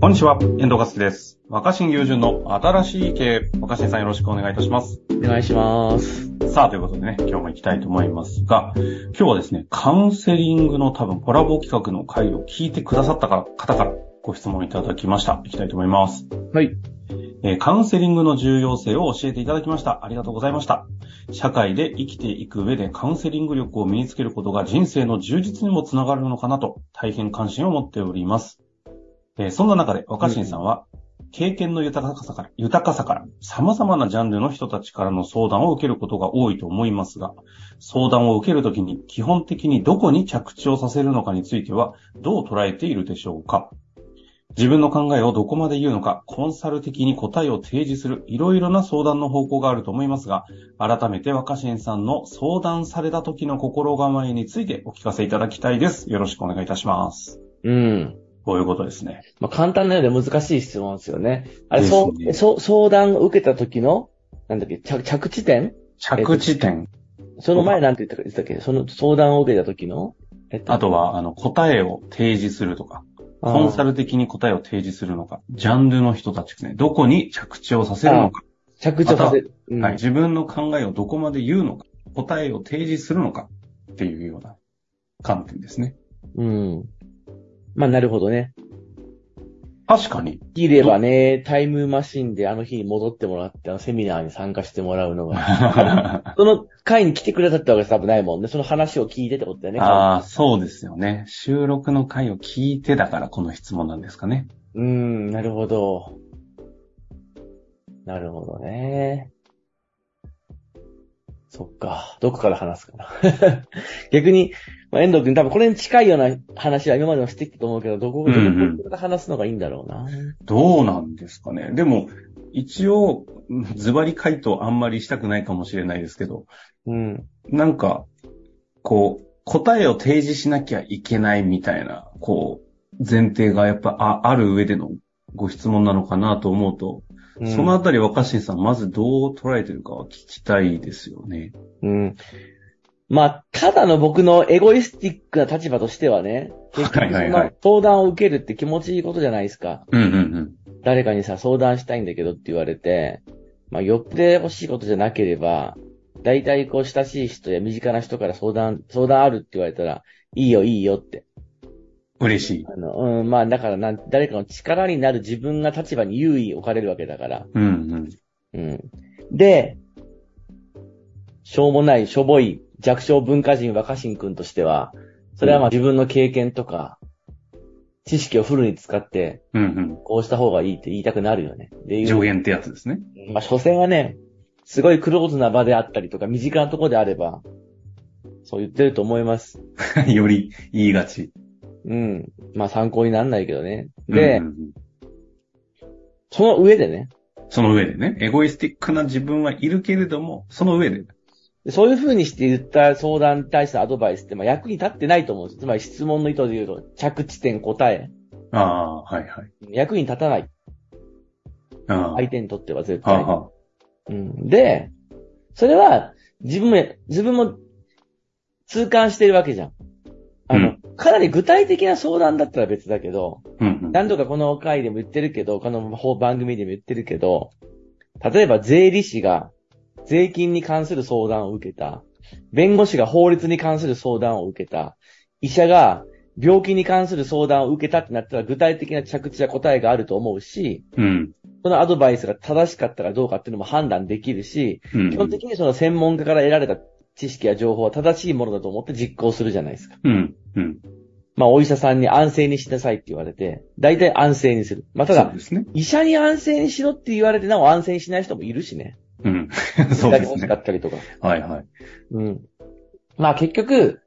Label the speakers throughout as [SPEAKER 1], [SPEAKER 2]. [SPEAKER 1] こんにちは、遠藤和樹です。若新友人の新しい経営、若新さんよろしくお願いいたします。
[SPEAKER 2] お願いします。
[SPEAKER 1] さあ、ということでね、今日も行きたいと思いますが、今日はですね、カウンセリングの多分コラボ企画の回を聞いてくださったから方からご質問いただきました。行きたいと思います。
[SPEAKER 2] はい。
[SPEAKER 1] えーカウンセリングの重要性を教えていただきました。ありがとうございました。社会で生きていく上でカウンセリング力を身につけることが人生の充実にもつながるのかなと大変関心を持っております。えーそんな中で若新さんは、経験の豊かさから、豊かさから、様々なジャンルの人たちからの相談を受けることが多いと思いますが、相談を受けるときに基本的にどこに着地をさせるのかについてはどう捉えているでしょうか自分の考えをどこまで言うのか、コンサル的に答えを提示する、いろいろな相談の方向があると思いますが、改めて若新さんの相談された時の心構えについてお聞かせいただきたいです。よろしくお願いいたします。
[SPEAKER 2] うん。
[SPEAKER 1] こういうことですね。
[SPEAKER 2] まあ、簡単なようで難しい質問ですよね。あれ、そ
[SPEAKER 1] ですね
[SPEAKER 2] う、そう、相談を受けた時の、なんだっけ、着着地点
[SPEAKER 1] 着地点、
[SPEAKER 2] その前なんて言ったか言ってたっけその相談を受けた時のえっ
[SPEAKER 1] あとは、あの、答えを提示するとか、コンサ
[SPEAKER 2] ル。
[SPEAKER 1] ル的に答えを提示するのか、ジャンルの人たちですね、どこに着地をさせるのか、
[SPEAKER 2] 着地をさせる。うん
[SPEAKER 1] はい、自分の考えをどこまで言うのか、答えを提示するのかっていうような観点ですね。
[SPEAKER 2] うん。まあ、なるほどね。
[SPEAKER 1] 確かに。
[SPEAKER 2] できればね、タイムマシンであの日に戻ってもらって、あのセミナーに参加してもらうのが。
[SPEAKER 1] あ
[SPEAKER 2] その会に来てくれたってわけじゃ多分ないもんね。その話を聞いてってことだよね。
[SPEAKER 1] あ、そうですよね。収録の回を聞いてだからこの質問なんですかね。
[SPEAKER 2] うーん、なるほど。なるほどね。そっか。どこから話すかな。 逆に、まあ、遠藤君多分これに近いような話は今までもしてきたと思うけど、どこ
[SPEAKER 1] うんうん
[SPEAKER 2] どこから話すのがいいんだろうな。
[SPEAKER 1] どうなんですかね。でも、一応、ズバリ回答あんまりしたくないかもしれないですけど、
[SPEAKER 2] うん。
[SPEAKER 1] なんか、こう、答えを提示しなきゃいけないみたいな、こう、前提がやっぱあある上でのご質問なのかなと思うと、
[SPEAKER 2] うん
[SPEAKER 1] そのあたり若新さん、まずどう捉えてるかは聞きたいですよね。
[SPEAKER 2] うん。まあ、ただの僕のエゴイスティックな立場としてはね、結
[SPEAKER 1] は
[SPEAKER 2] 局
[SPEAKER 1] い
[SPEAKER 2] そ
[SPEAKER 1] はい
[SPEAKER 2] の
[SPEAKER 1] はい
[SPEAKER 2] 相談を受けるって気持ちいいことじゃないですか。
[SPEAKER 1] うんうん
[SPEAKER 2] 誰かにさ、相談したいんだけどって言われて、まあ、よって欲しいことじゃなければ、大体こう、親しい人や身近な人から相談、相談あるって言われたら、いいよ、いいよって。
[SPEAKER 1] うん。嬉しい。
[SPEAKER 2] あの、うん、まあ、だからなん、誰かの力になる自分が立場に優位置かれるわけだから。
[SPEAKER 1] うんうん。
[SPEAKER 2] うん。で、しょうもない、しょぼい、弱小文化人若新君としては、それはまあ自分の経験とか、知識をフルに使って、
[SPEAKER 1] うん
[SPEAKER 2] こうした方がいいって言いたくなるよね。で
[SPEAKER 1] うん。
[SPEAKER 2] 言う
[SPEAKER 1] 上限ってやつですね。
[SPEAKER 2] まあ、所詮はね、すごいクローズな場であったりとか、身近なところであれば、そう言ってると思います。
[SPEAKER 1] より言いがち。
[SPEAKER 2] うん。まあ、参考になんないけどね。で、
[SPEAKER 1] うんうんうん
[SPEAKER 2] その上でね、
[SPEAKER 1] その上でね、エゴイスティックな自分はいるけれども、その上で。
[SPEAKER 2] そういう風にして言った相談に対してのアドバイスって、まあ、役に立ってないと思うんですつまり質問の意図で言うと、着地点答え。
[SPEAKER 1] ああ、はいはい。
[SPEAKER 2] 役に立たない。
[SPEAKER 1] ああ、
[SPEAKER 2] 相手にとっては絶
[SPEAKER 1] は
[SPEAKER 2] 対
[SPEAKER 1] あ。は
[SPEAKER 2] うん。で、それは、自分も、自分も、痛感してるわけじゃん。あの、かなり具体的な相談だったら別だけど、
[SPEAKER 1] あうん
[SPEAKER 2] 何度かこの回でも言ってるけど、この方番組でも言ってるけど、例えば税理士が税金に関する相談を受けた、弁護士が法律に関する相談を受けた、医者が病気に関する相談を受けたってなったら具体的な着地や答えがあると思うし、
[SPEAKER 1] うん。うん。
[SPEAKER 2] そのアドバイスが正しかったかどうかっていうのも判断できるし、
[SPEAKER 1] うん
[SPEAKER 2] 基本的にその専門家から得られた知識や情報は正しいものだと思って実行するじゃないですか。
[SPEAKER 1] うん。うん。
[SPEAKER 2] まあ、お医者さんに安静にしなさいって言われて、大体安静にする。まあ、ただ
[SPEAKER 1] そう、ですね。
[SPEAKER 2] 医者に安静にしろって言われて、なお安静にしない人もいるしね。
[SPEAKER 1] うん。 そうです
[SPEAKER 2] 欲し
[SPEAKER 1] ね
[SPEAKER 2] か。ったりとか。
[SPEAKER 1] はいはい。
[SPEAKER 2] うん。まあ結局、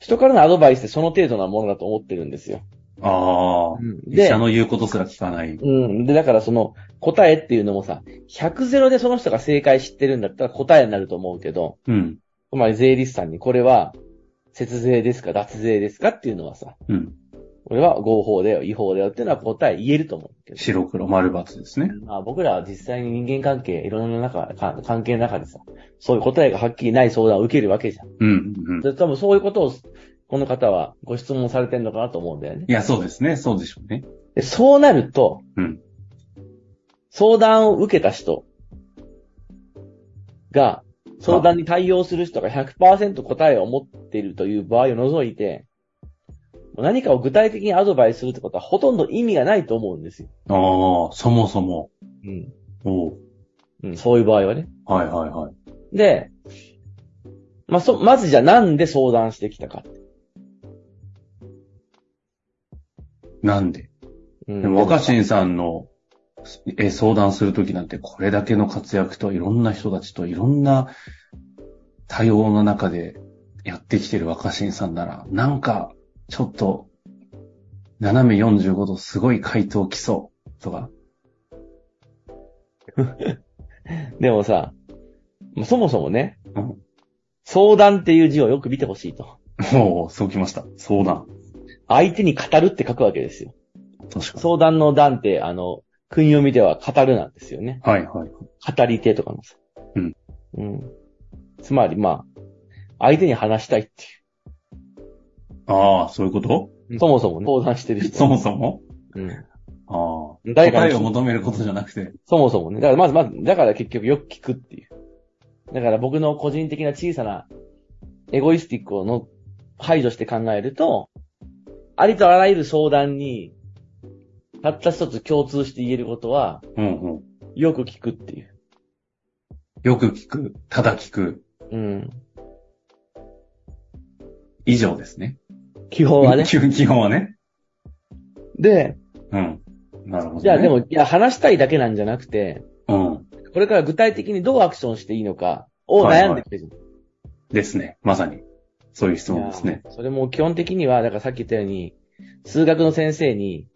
[SPEAKER 2] 人からのアドバイスってその程度なものだと思ってるんですよ。
[SPEAKER 1] ああ。医
[SPEAKER 2] で
[SPEAKER 1] 者、の言うことすら聞かない。
[SPEAKER 2] うん。で、だからその答えっていうのもさ、100ゼロでその人が正解知ってるんだったら答えになると思うけど、
[SPEAKER 1] うん。
[SPEAKER 2] つまり税理士さんにこれは、節税ですか、脱税ですかっていうのはさ、
[SPEAKER 1] うん。
[SPEAKER 2] 俺は合法だよ、違法だよっていうのは答え言えると思うけど。
[SPEAKER 1] 白黒丸×ですね。
[SPEAKER 2] まあ僕らは実際に人間関係、いろんな中、か関係の中でさ、そういう答えがはっきりない相談を受けるわけじゃん。
[SPEAKER 1] うん。うん。
[SPEAKER 2] で多分そういうことを、この方はご質問されてるのかなと思うんだよね。
[SPEAKER 1] いや、そうですね。そうでしょうね。
[SPEAKER 2] で、そうなると、
[SPEAKER 1] うん
[SPEAKER 2] 相談を受けた人が、相談に対応する人が100%答えを持っているという場合を除いて、もう何かを具体的にアドバイスするってことはほとんど意味がないと思うんですよ。
[SPEAKER 1] ああ、そもそも。
[SPEAKER 2] うん。
[SPEAKER 1] おう
[SPEAKER 2] うん、そういう場合はね。
[SPEAKER 1] はいはいはい。
[SPEAKER 2] で、まあ、そ、まずじゃあなんで相談してきたか。
[SPEAKER 1] なんで
[SPEAKER 2] うん
[SPEAKER 1] でも若新さんのえ相談するときなんてこれだけの活躍といろんな人たちといろんな多様の中でやってきてる若新さんなら、なんかちょっと斜め45度すごい回答来そうとか。
[SPEAKER 2] でもさ、まあそもそもね、
[SPEAKER 1] うん
[SPEAKER 2] 相談っていう字をよく見てほしいと。
[SPEAKER 1] おうそうきました。相談。
[SPEAKER 2] 相手に語るって書くわけですよ。
[SPEAKER 1] 確かに。
[SPEAKER 2] 相談の段って、あの、訓読みでは語るなんですよね。
[SPEAKER 1] はいはい。
[SPEAKER 2] 語り手とかのさ。
[SPEAKER 1] うん。
[SPEAKER 2] うん。つまり、まあ、相手に話したいって
[SPEAKER 1] ああ、そういうこと
[SPEAKER 2] いう。そもそもね、相談してる人。
[SPEAKER 1] そもそも
[SPEAKER 2] うん。
[SPEAKER 1] ああ。
[SPEAKER 2] 誰か
[SPEAKER 1] 答
[SPEAKER 2] に
[SPEAKER 1] えを求めることじゃなくて。
[SPEAKER 2] そもそもね。だから、まず、まず、だから結局よく聞くっていう。だから僕の個人的な小さなエゴイスティックをの排除して考えると、ありとあらゆる相談に、たった一つ共通して言えることは、
[SPEAKER 1] うんうん。
[SPEAKER 2] よく聞くっていう。
[SPEAKER 1] よく聞く。ただ聞く。
[SPEAKER 2] うん。
[SPEAKER 1] 以上ですね。
[SPEAKER 2] 基本はね。
[SPEAKER 1] 基本基本はね。
[SPEAKER 2] で、
[SPEAKER 1] うん。なるほど、ね。
[SPEAKER 2] じゃあでも、いや、話したいだけなんじゃなくて、
[SPEAKER 1] うん。
[SPEAKER 2] これから具体的にどうアクションしていいのかを
[SPEAKER 1] はいはい
[SPEAKER 2] 悩んでくれる。
[SPEAKER 1] ですね。まさに。そういう質問ですね。
[SPEAKER 2] いやそれも基本的には、だからさっき言ったように、数学の先生に、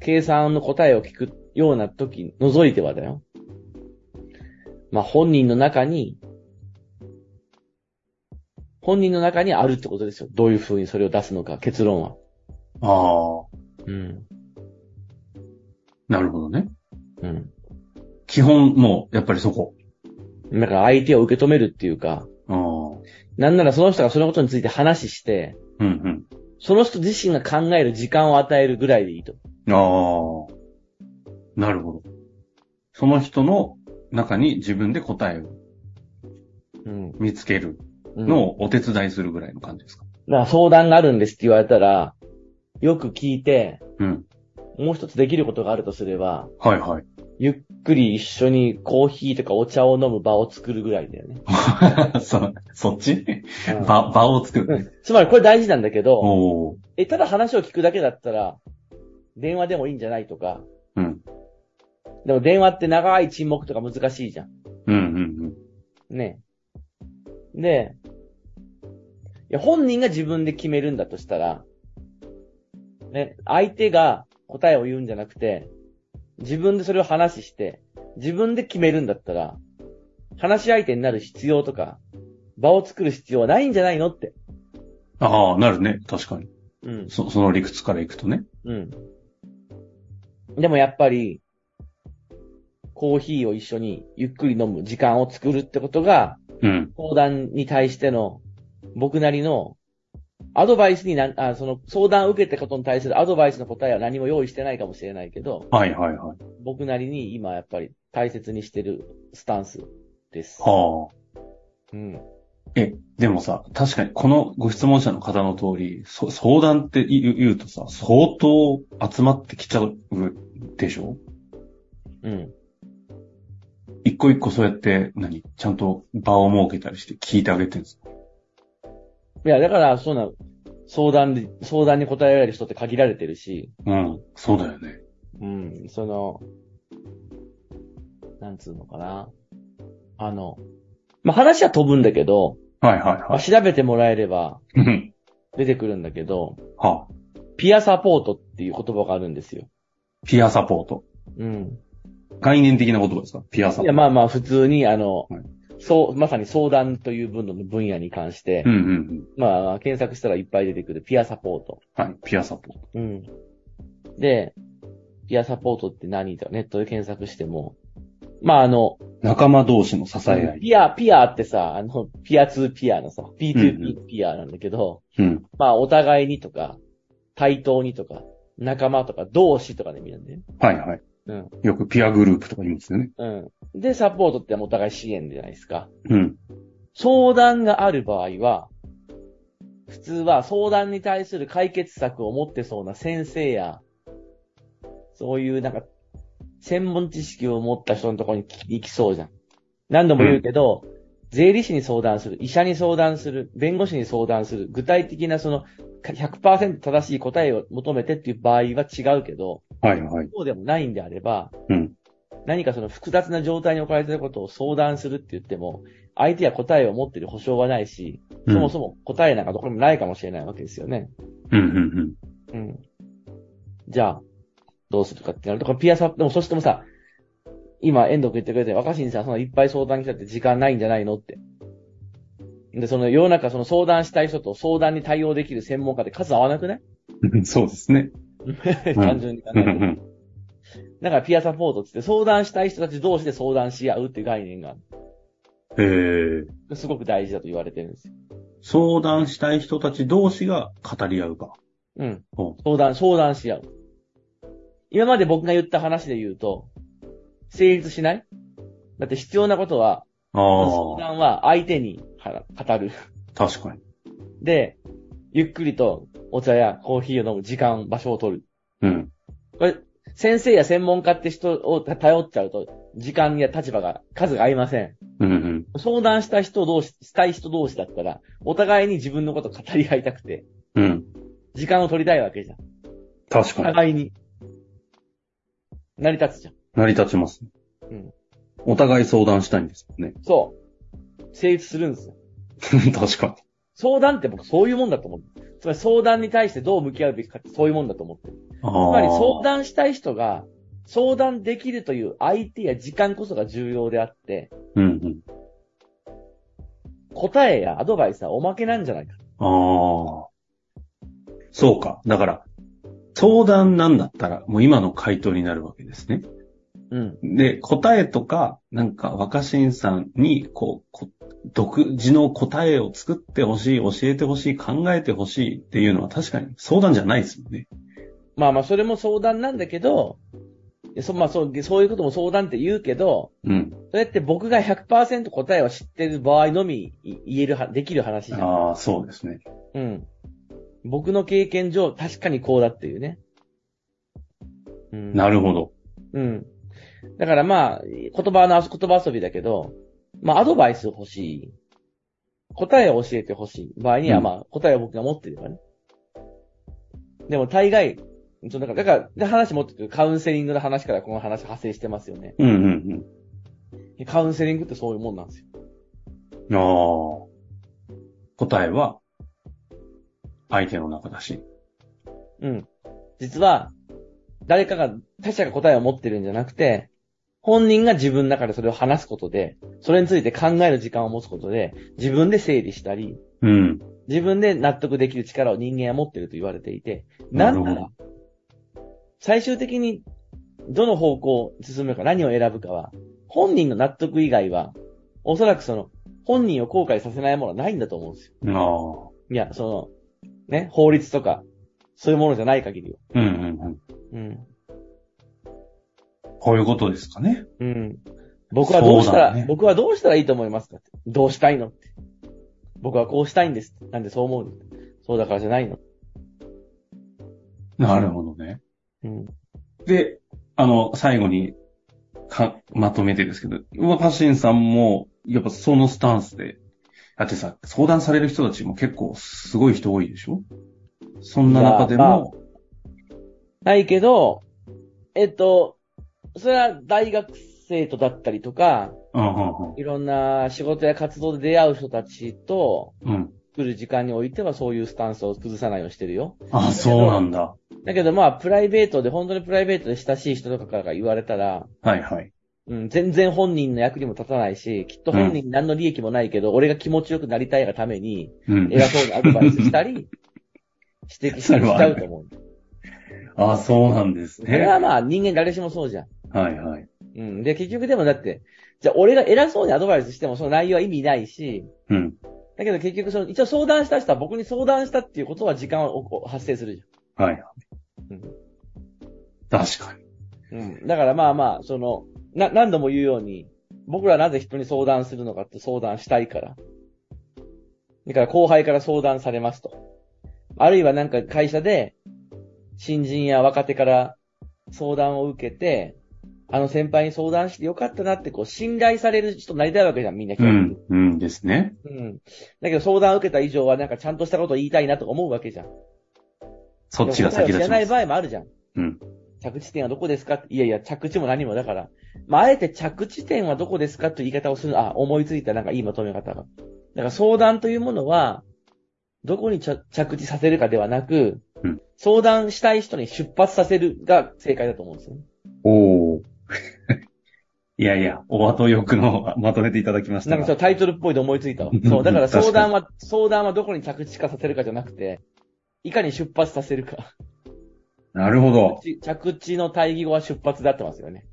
[SPEAKER 2] 計算の答えを聞くような時、除いてはだよ。まあ、本人の中に、本人の中にあるってことですよ。どういう風にそれを出すのか、結論は。
[SPEAKER 1] ああ、
[SPEAKER 2] うん。
[SPEAKER 1] なるほどね。
[SPEAKER 2] うん。
[SPEAKER 1] 基本、もう、やっぱりそこ。
[SPEAKER 2] だから相手を受け止めるっていうか、
[SPEAKER 1] ああ、
[SPEAKER 2] なんならその人がそのことについて話して、
[SPEAKER 1] うん
[SPEAKER 2] その人自身が考える時間を与えるぐらいでいいと。
[SPEAKER 1] うん。ああ、なるほど。その人の中に自分で答えを
[SPEAKER 2] うん。
[SPEAKER 1] 見つける
[SPEAKER 2] うん
[SPEAKER 1] のをお手伝いするぐらいの感じですか。
[SPEAKER 2] だから相談があるんですって言われたら、よく聞いて、
[SPEAKER 1] うん。
[SPEAKER 2] もう一つできることがあるとすれば、
[SPEAKER 1] はい はい。
[SPEAKER 2] ゆっくり一緒にコーヒーとかお茶を飲む場を作るぐらいだよね。
[SPEAKER 1] そ、そっち
[SPEAKER 2] うん
[SPEAKER 1] 場、場を作
[SPEAKER 2] う
[SPEAKER 1] る。
[SPEAKER 2] んつまりこれ大事なんだけど、
[SPEAKER 1] おお。
[SPEAKER 2] え、ただ話を聞くだけだったら、電話でもいいんじゃないとか、
[SPEAKER 1] うん。
[SPEAKER 2] でも電話って長い沈黙とか難しいじゃん。
[SPEAKER 1] うんうん
[SPEAKER 2] ね。で、いや、本人が自分で決めるんだとしたら、ね、相手が答えを言うんじゃなくて、自分でそれを話して、自分で決めるんだったら、話し相手になる必要とか、場を作る必要はないんじゃないのって。
[SPEAKER 1] うん。ああ、なるね。確かに。
[SPEAKER 2] うん。
[SPEAKER 1] そ、その理屈からいくとね。
[SPEAKER 2] うん。でもやっぱり、コーヒーを一緒にゆっくり飲む時間を作るってことが、
[SPEAKER 1] うん。
[SPEAKER 2] 相談に対しての、僕なりの、アドバイスになん、あ、その、相談を受けたことに対するアドバイスの答えは何も用意してないかもしれないけど、
[SPEAKER 1] はいはいはい。
[SPEAKER 2] 僕なりに今やっぱり大切にしてるスタンスです。
[SPEAKER 1] はあ。
[SPEAKER 2] うん。
[SPEAKER 1] え、でもさ、確かにこのご質問者の方の通り、そ相談って言う言うとさ、相当集まってきちゃうでしょ
[SPEAKER 2] うん。
[SPEAKER 1] 一個一個そうやって、何ちゃんと場を設けたりして聞いてあげてるんですか
[SPEAKER 2] いや、だから、そんな、相談で、相談に答えられる人って限られてるし、
[SPEAKER 1] うん。そうだよね。
[SPEAKER 2] うん、その、なんつうのかな。あの、まあ、話は飛ぶんだけど、
[SPEAKER 1] はいはい
[SPEAKER 2] ま
[SPEAKER 1] は
[SPEAKER 2] あ、調べてもらえれば
[SPEAKER 1] い。うん。
[SPEAKER 2] 出てくるんだけど、
[SPEAKER 1] はあ、
[SPEAKER 2] ピアサポートっていう言葉があるんですよ。
[SPEAKER 1] ピアサポート。
[SPEAKER 2] うん。
[SPEAKER 1] 概念的な言葉ですかピアサポ
[SPEAKER 2] い
[SPEAKER 1] ー
[SPEAKER 2] や、
[SPEAKER 1] ト。
[SPEAKER 2] まあまあ、普通に、あの、
[SPEAKER 1] はい
[SPEAKER 2] そう、まさに相談という分野の分野に関して、
[SPEAKER 1] うんうんうん。
[SPEAKER 2] まあ、検索したらいっぱい出てくるピアサポート。
[SPEAKER 1] はい。ピアサポート。
[SPEAKER 2] うん。で、ピアサポートって何とネットで検索しても、まああの、
[SPEAKER 1] 仲間同士の支え合い。
[SPEAKER 2] ピア、ピアってさ、あの、ピア2ピアのさ、
[SPEAKER 1] うん
[SPEAKER 2] P2P ピアなんだけど、
[SPEAKER 1] うん。
[SPEAKER 2] まあ、お互いにとか、対等にとか、仲間とか同志とかで見るんで。
[SPEAKER 1] はいはい。
[SPEAKER 2] うん。
[SPEAKER 1] よくピアグループとか言いますよね。
[SPEAKER 2] うん。で、サポートってお互い支援じゃないですか。
[SPEAKER 1] うん。
[SPEAKER 2] 相談がある場合は、普通は相談に対する解決策を持ってそうな先生や、そういうなんか、専門知識を持った人のところに行きそうじゃん。何度も言うけど、税理士に相談する、医者に相談する、弁護士に相談する、具体的なその100%正しい答えを求めてっていう場合は違うけど、
[SPEAKER 1] はいはい。
[SPEAKER 2] そうでもないんであれば、
[SPEAKER 1] うん。
[SPEAKER 2] 何かその複雑な状態に置かれていることを相談するって言っても、相手は答えを持っている保証はないし、そもそも答えなんかどこにもないかもしれないわけですよね。
[SPEAKER 1] うん。うんうんうん。
[SPEAKER 2] うん。じゃあ、どうするかってなると、これピアサ、でもそしてもさ、今、遠藤君言ってくれて、若新さん、そのいっぱい相談来たって時間ないんじゃないのって。で、その世の中、その相談したい人と相談に対応できる専門家って数合わなくない
[SPEAKER 1] うんそうですね。
[SPEAKER 2] 単純に考
[SPEAKER 1] う
[SPEAKER 2] え
[SPEAKER 1] んう
[SPEAKER 2] て。
[SPEAKER 1] ん
[SPEAKER 2] だからピアサポートって言って相談したい人たち同士で相談し合うっていう概念
[SPEAKER 1] う
[SPEAKER 2] が
[SPEAKER 1] ん。えー、
[SPEAKER 2] すごく大事だと言われてるんですよ。
[SPEAKER 1] 相談したい人たち同士が語り合うか。
[SPEAKER 2] うん
[SPEAKER 1] ほ。
[SPEAKER 2] 相談、相談し合う。今まで僕が言った話で言うと、成立しないだって必要なことは、
[SPEAKER 1] あ
[SPEAKER 2] 相
[SPEAKER 1] あ、
[SPEAKER 2] 談は相手には語る。
[SPEAKER 1] 確かに。
[SPEAKER 2] で、ゆっくりとお茶やコーヒーを飲む時間、場所を取る。
[SPEAKER 1] うん。
[SPEAKER 2] これ、先生や専門家って人を頼っちゃうと、時間や立場が、数が合いません。
[SPEAKER 1] うんうん。
[SPEAKER 2] 相談した人同士、したい人同士だったら、お互いに自分のこと語り合いたくて、
[SPEAKER 1] うん。
[SPEAKER 2] 時間を取りたいわけじゃん。
[SPEAKER 1] 確かに。
[SPEAKER 2] 互いに。成り立つじゃん。
[SPEAKER 1] 成り立ちますね。
[SPEAKER 2] うん
[SPEAKER 1] お互い相談したいんですよね。
[SPEAKER 2] そう。成立するんですよ。
[SPEAKER 1] 確か
[SPEAKER 2] 相談って僕そういうもんだと思う。つまり相談に対してどう向き合うべきかってそういうもんだと思ってる。
[SPEAKER 1] に。つ
[SPEAKER 2] つ
[SPEAKER 1] ま
[SPEAKER 2] まり相談したい人が、相談できるという相手や時間こそが重要であって、
[SPEAKER 1] うんうん。
[SPEAKER 2] 答えやアドバイスはおまけなんじゃないか。
[SPEAKER 1] ああ。そうか。だから、相談なんだったら、もう今の回答になるわけですね。
[SPEAKER 2] うん。
[SPEAKER 1] で、答えとか、なんか若新さんに、こう、こ独自の答えを作ってほしい、教えてほしい、考えてほしいっていうのは確かに相談じゃないですもんね。
[SPEAKER 2] まあまあそれも相談なんだけど、そ、まあそう、そういうことも相談って言うけど、
[SPEAKER 1] うん。
[SPEAKER 2] それって僕が100%答えを知ってる場合のみい言えるは、できる話じゃん。
[SPEAKER 1] ああ、そうですね。
[SPEAKER 2] うん。僕の経験上、確かにこうだっていうね。うん。
[SPEAKER 1] なるほど。
[SPEAKER 2] うん。だからまあ、言葉の遊、言葉遊びだけど、まあ、アドバイス欲しい。答えを教えて欲しい。場合に
[SPEAKER 1] う
[SPEAKER 2] は
[SPEAKER 1] ん
[SPEAKER 2] まあ、答えを僕が持ってればね。でも大概、そのだから、だからで、話持ってくるカウンセリングの話からこの話派生してますよね。
[SPEAKER 1] うんうん
[SPEAKER 2] カウンセリングってそういうもんなんですよ。
[SPEAKER 1] うん。ああ。答えは、相手の中だし。
[SPEAKER 2] うん。実は、誰かが、他者が答えを持ってるんじゃなくて、本人が自分の中でそれを話すことで、それについて考える時間を持つことで、自分で整理したり、
[SPEAKER 1] うん。
[SPEAKER 2] 自分で納得できる力を人間は持ってると言われていて、
[SPEAKER 1] な
[SPEAKER 2] な
[SPEAKER 1] る
[SPEAKER 2] ん
[SPEAKER 1] ほど
[SPEAKER 2] なら、最終的に、どの方向を進むか何を選ぶかは、本人の納得以外は、おそらくその、本人を後悔させないものはないんだと思うんです
[SPEAKER 1] ああ。
[SPEAKER 2] よ。いや、その、ね、法律とか、そういうものじゃない限りは。
[SPEAKER 1] うんうんうん。
[SPEAKER 2] うん。
[SPEAKER 1] こういうことですかね。
[SPEAKER 2] うん。僕はどうした
[SPEAKER 1] そうだ
[SPEAKER 2] ら、
[SPEAKER 1] ね
[SPEAKER 2] 僕はどうしたらいいと思いますかってどうしたいのって。僕はこうしたいんです。なんでそう思うのそうだからじゃないの。
[SPEAKER 1] なるほどね。
[SPEAKER 2] うん。
[SPEAKER 1] で、あの、最後に、か、まとめてですけど、若新さんも、やっぱそのスタンスで、だってさ、相談される人たちも結構すごい人多いでしょそんな中でも、
[SPEAKER 2] ないけど、えっと、それは大学生とだったりとか、
[SPEAKER 1] うんうん
[SPEAKER 2] いろんな仕事や活動で出会う人たちと
[SPEAKER 1] うん。うん。
[SPEAKER 2] 来る時間においてはそういうスタンスを崩さないようにしてるよ。
[SPEAKER 1] あ、そうなんだ。
[SPEAKER 2] だけどまあ、プライベートで、本当にプライベートで親しい人とかから言われたら、
[SPEAKER 1] はいはい。
[SPEAKER 2] うん、全然本人の役にも立たないし、きっと本人に何の利益もないけど、俺が気持ちよくなりたいがために、
[SPEAKER 1] うん。
[SPEAKER 2] 偉そうにアドバイスしたり、指摘したりしちゃうと思う。
[SPEAKER 1] あ、そうなんです
[SPEAKER 2] それは
[SPEAKER 1] ね。
[SPEAKER 2] まあ、人間誰しもそうじゃん。
[SPEAKER 1] はいはい。
[SPEAKER 2] うん。で、結局でもだって、じゃあ俺が偉そうにアドバイスしてもその内容は意味ないし、
[SPEAKER 1] うん。
[SPEAKER 2] だけど結局その、一応相談した人は僕に相談したっていうことは時間を発生するじ
[SPEAKER 1] はい。
[SPEAKER 2] ゃん。うん。
[SPEAKER 1] 確かに。
[SPEAKER 2] うん。だからまあまあ、その、な、何度も言うように、僕らなぜ人に相談するのかって相談したいから。だから後輩から相談されますと。あるいはなんか会社で、新人や若手から相談を受けて、あの先輩に相談してよかったなってこう信頼される人になりたいわけじゃん、みんな。
[SPEAKER 1] うん、うんですね。
[SPEAKER 2] うん。だけど相談を受けた以上はなんかちゃんとしたことを言いたいなとか思うわけじゃん。
[SPEAKER 1] そっちが先立
[SPEAKER 2] でも答えを知ら
[SPEAKER 1] ち
[SPEAKER 2] な
[SPEAKER 1] ま
[SPEAKER 2] い
[SPEAKER 1] す。
[SPEAKER 2] 場合もあるじゃん。
[SPEAKER 1] うん。
[SPEAKER 2] 着地点はどこですかいやいや、着地も何もだから。まあ、あえて着地点はどこですかという言い方をする。あ、思いついたなんかいいまとめ方が。だから相談というものは、どこに着着地させるかではなく、
[SPEAKER 1] うん
[SPEAKER 2] 相談したい人に出発させるが正解だと思うんですよね。
[SPEAKER 1] おお。 いやいや、お後よくのまとめていただきました
[SPEAKER 2] なん
[SPEAKER 1] が。
[SPEAKER 2] かそ。のタイトルっぽいで思いついたわそう、だから
[SPEAKER 1] 確かに
[SPEAKER 2] 相談は、相談はどこに着地化させるかじゃなくて、いかに出発させるか。
[SPEAKER 1] なるほど。
[SPEAKER 2] 着地着地の対義語は出発だってますよね。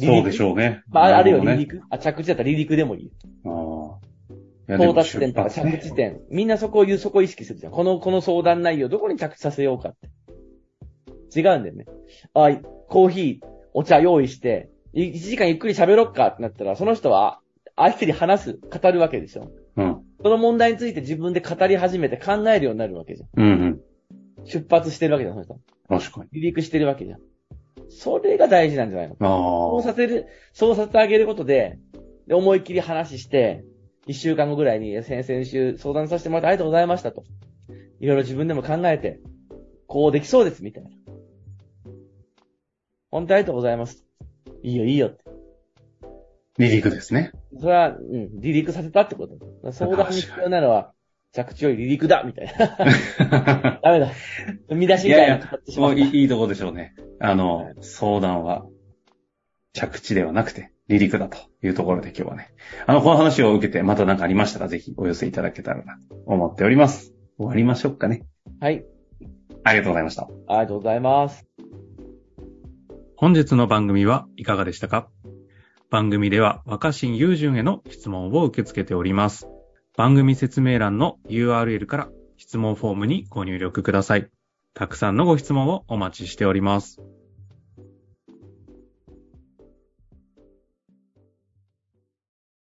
[SPEAKER 2] 離
[SPEAKER 1] そ
[SPEAKER 2] 陸
[SPEAKER 1] うでしょうね。
[SPEAKER 2] まあ、あるいは
[SPEAKER 1] な
[SPEAKER 2] 離
[SPEAKER 1] ほどね。
[SPEAKER 2] 陸、あ、着地だったら離陸でもいい。
[SPEAKER 1] ああ。
[SPEAKER 2] 到達点とか
[SPEAKER 1] いやでも
[SPEAKER 2] 着地点。みんなそこを言う、そこを意識するじゃん。この、この相談内容、どこに着地させようかって。違うんだよね。あ、コーヒー、お茶用意して、い1時間ゆっくり喋ろっかってなったら、その人は、相手に話す、語るわけでしょ。
[SPEAKER 1] うん。
[SPEAKER 2] その問題について自分で語り始めて考えるようになるわけじゃ
[SPEAKER 1] うん、
[SPEAKER 2] ん。出発してるわけじゃん、その人。
[SPEAKER 1] うん。確かに。
[SPEAKER 2] 離陸してるわけじゃん。それが大事なんじゃないの
[SPEAKER 1] あ
[SPEAKER 2] そう
[SPEAKER 1] あ。
[SPEAKER 2] させる、そうさせてあげることで、で思いっきり話して、一週間後ぐらいに、先々週相談させてもらってありがとうございましたと。いろいろ自分でも考えて、こうできそうです、みたいな。本当にありがとうございます。いいよ、いいよって。
[SPEAKER 1] 離陸です ね。
[SPEAKER 2] それは、うん、離陸させたってこと。相談に必要なのは、着地より離陸だみたいな。ダメだ。踏み出しみたいなの使ってしま
[SPEAKER 1] も
[SPEAKER 2] っ
[SPEAKER 1] う
[SPEAKER 2] た。
[SPEAKER 1] いいいいとこでしょうね。あの、相談は、着地ではなくて、離陸だというところで今日はね。あの、この話を受けて、また何かありましたら、ぜひお寄せいただけたらな、と思っております。終わりましょうかね。
[SPEAKER 2] はい。
[SPEAKER 1] ありがとうございました。
[SPEAKER 2] ありがとうございます。
[SPEAKER 1] 本日の番組はいかがでしたか番組では若新雄純への質問を受け付けております。番組説明欄の URL から質問フォームにご入力ください。たくさんのご質問をお待ちしております。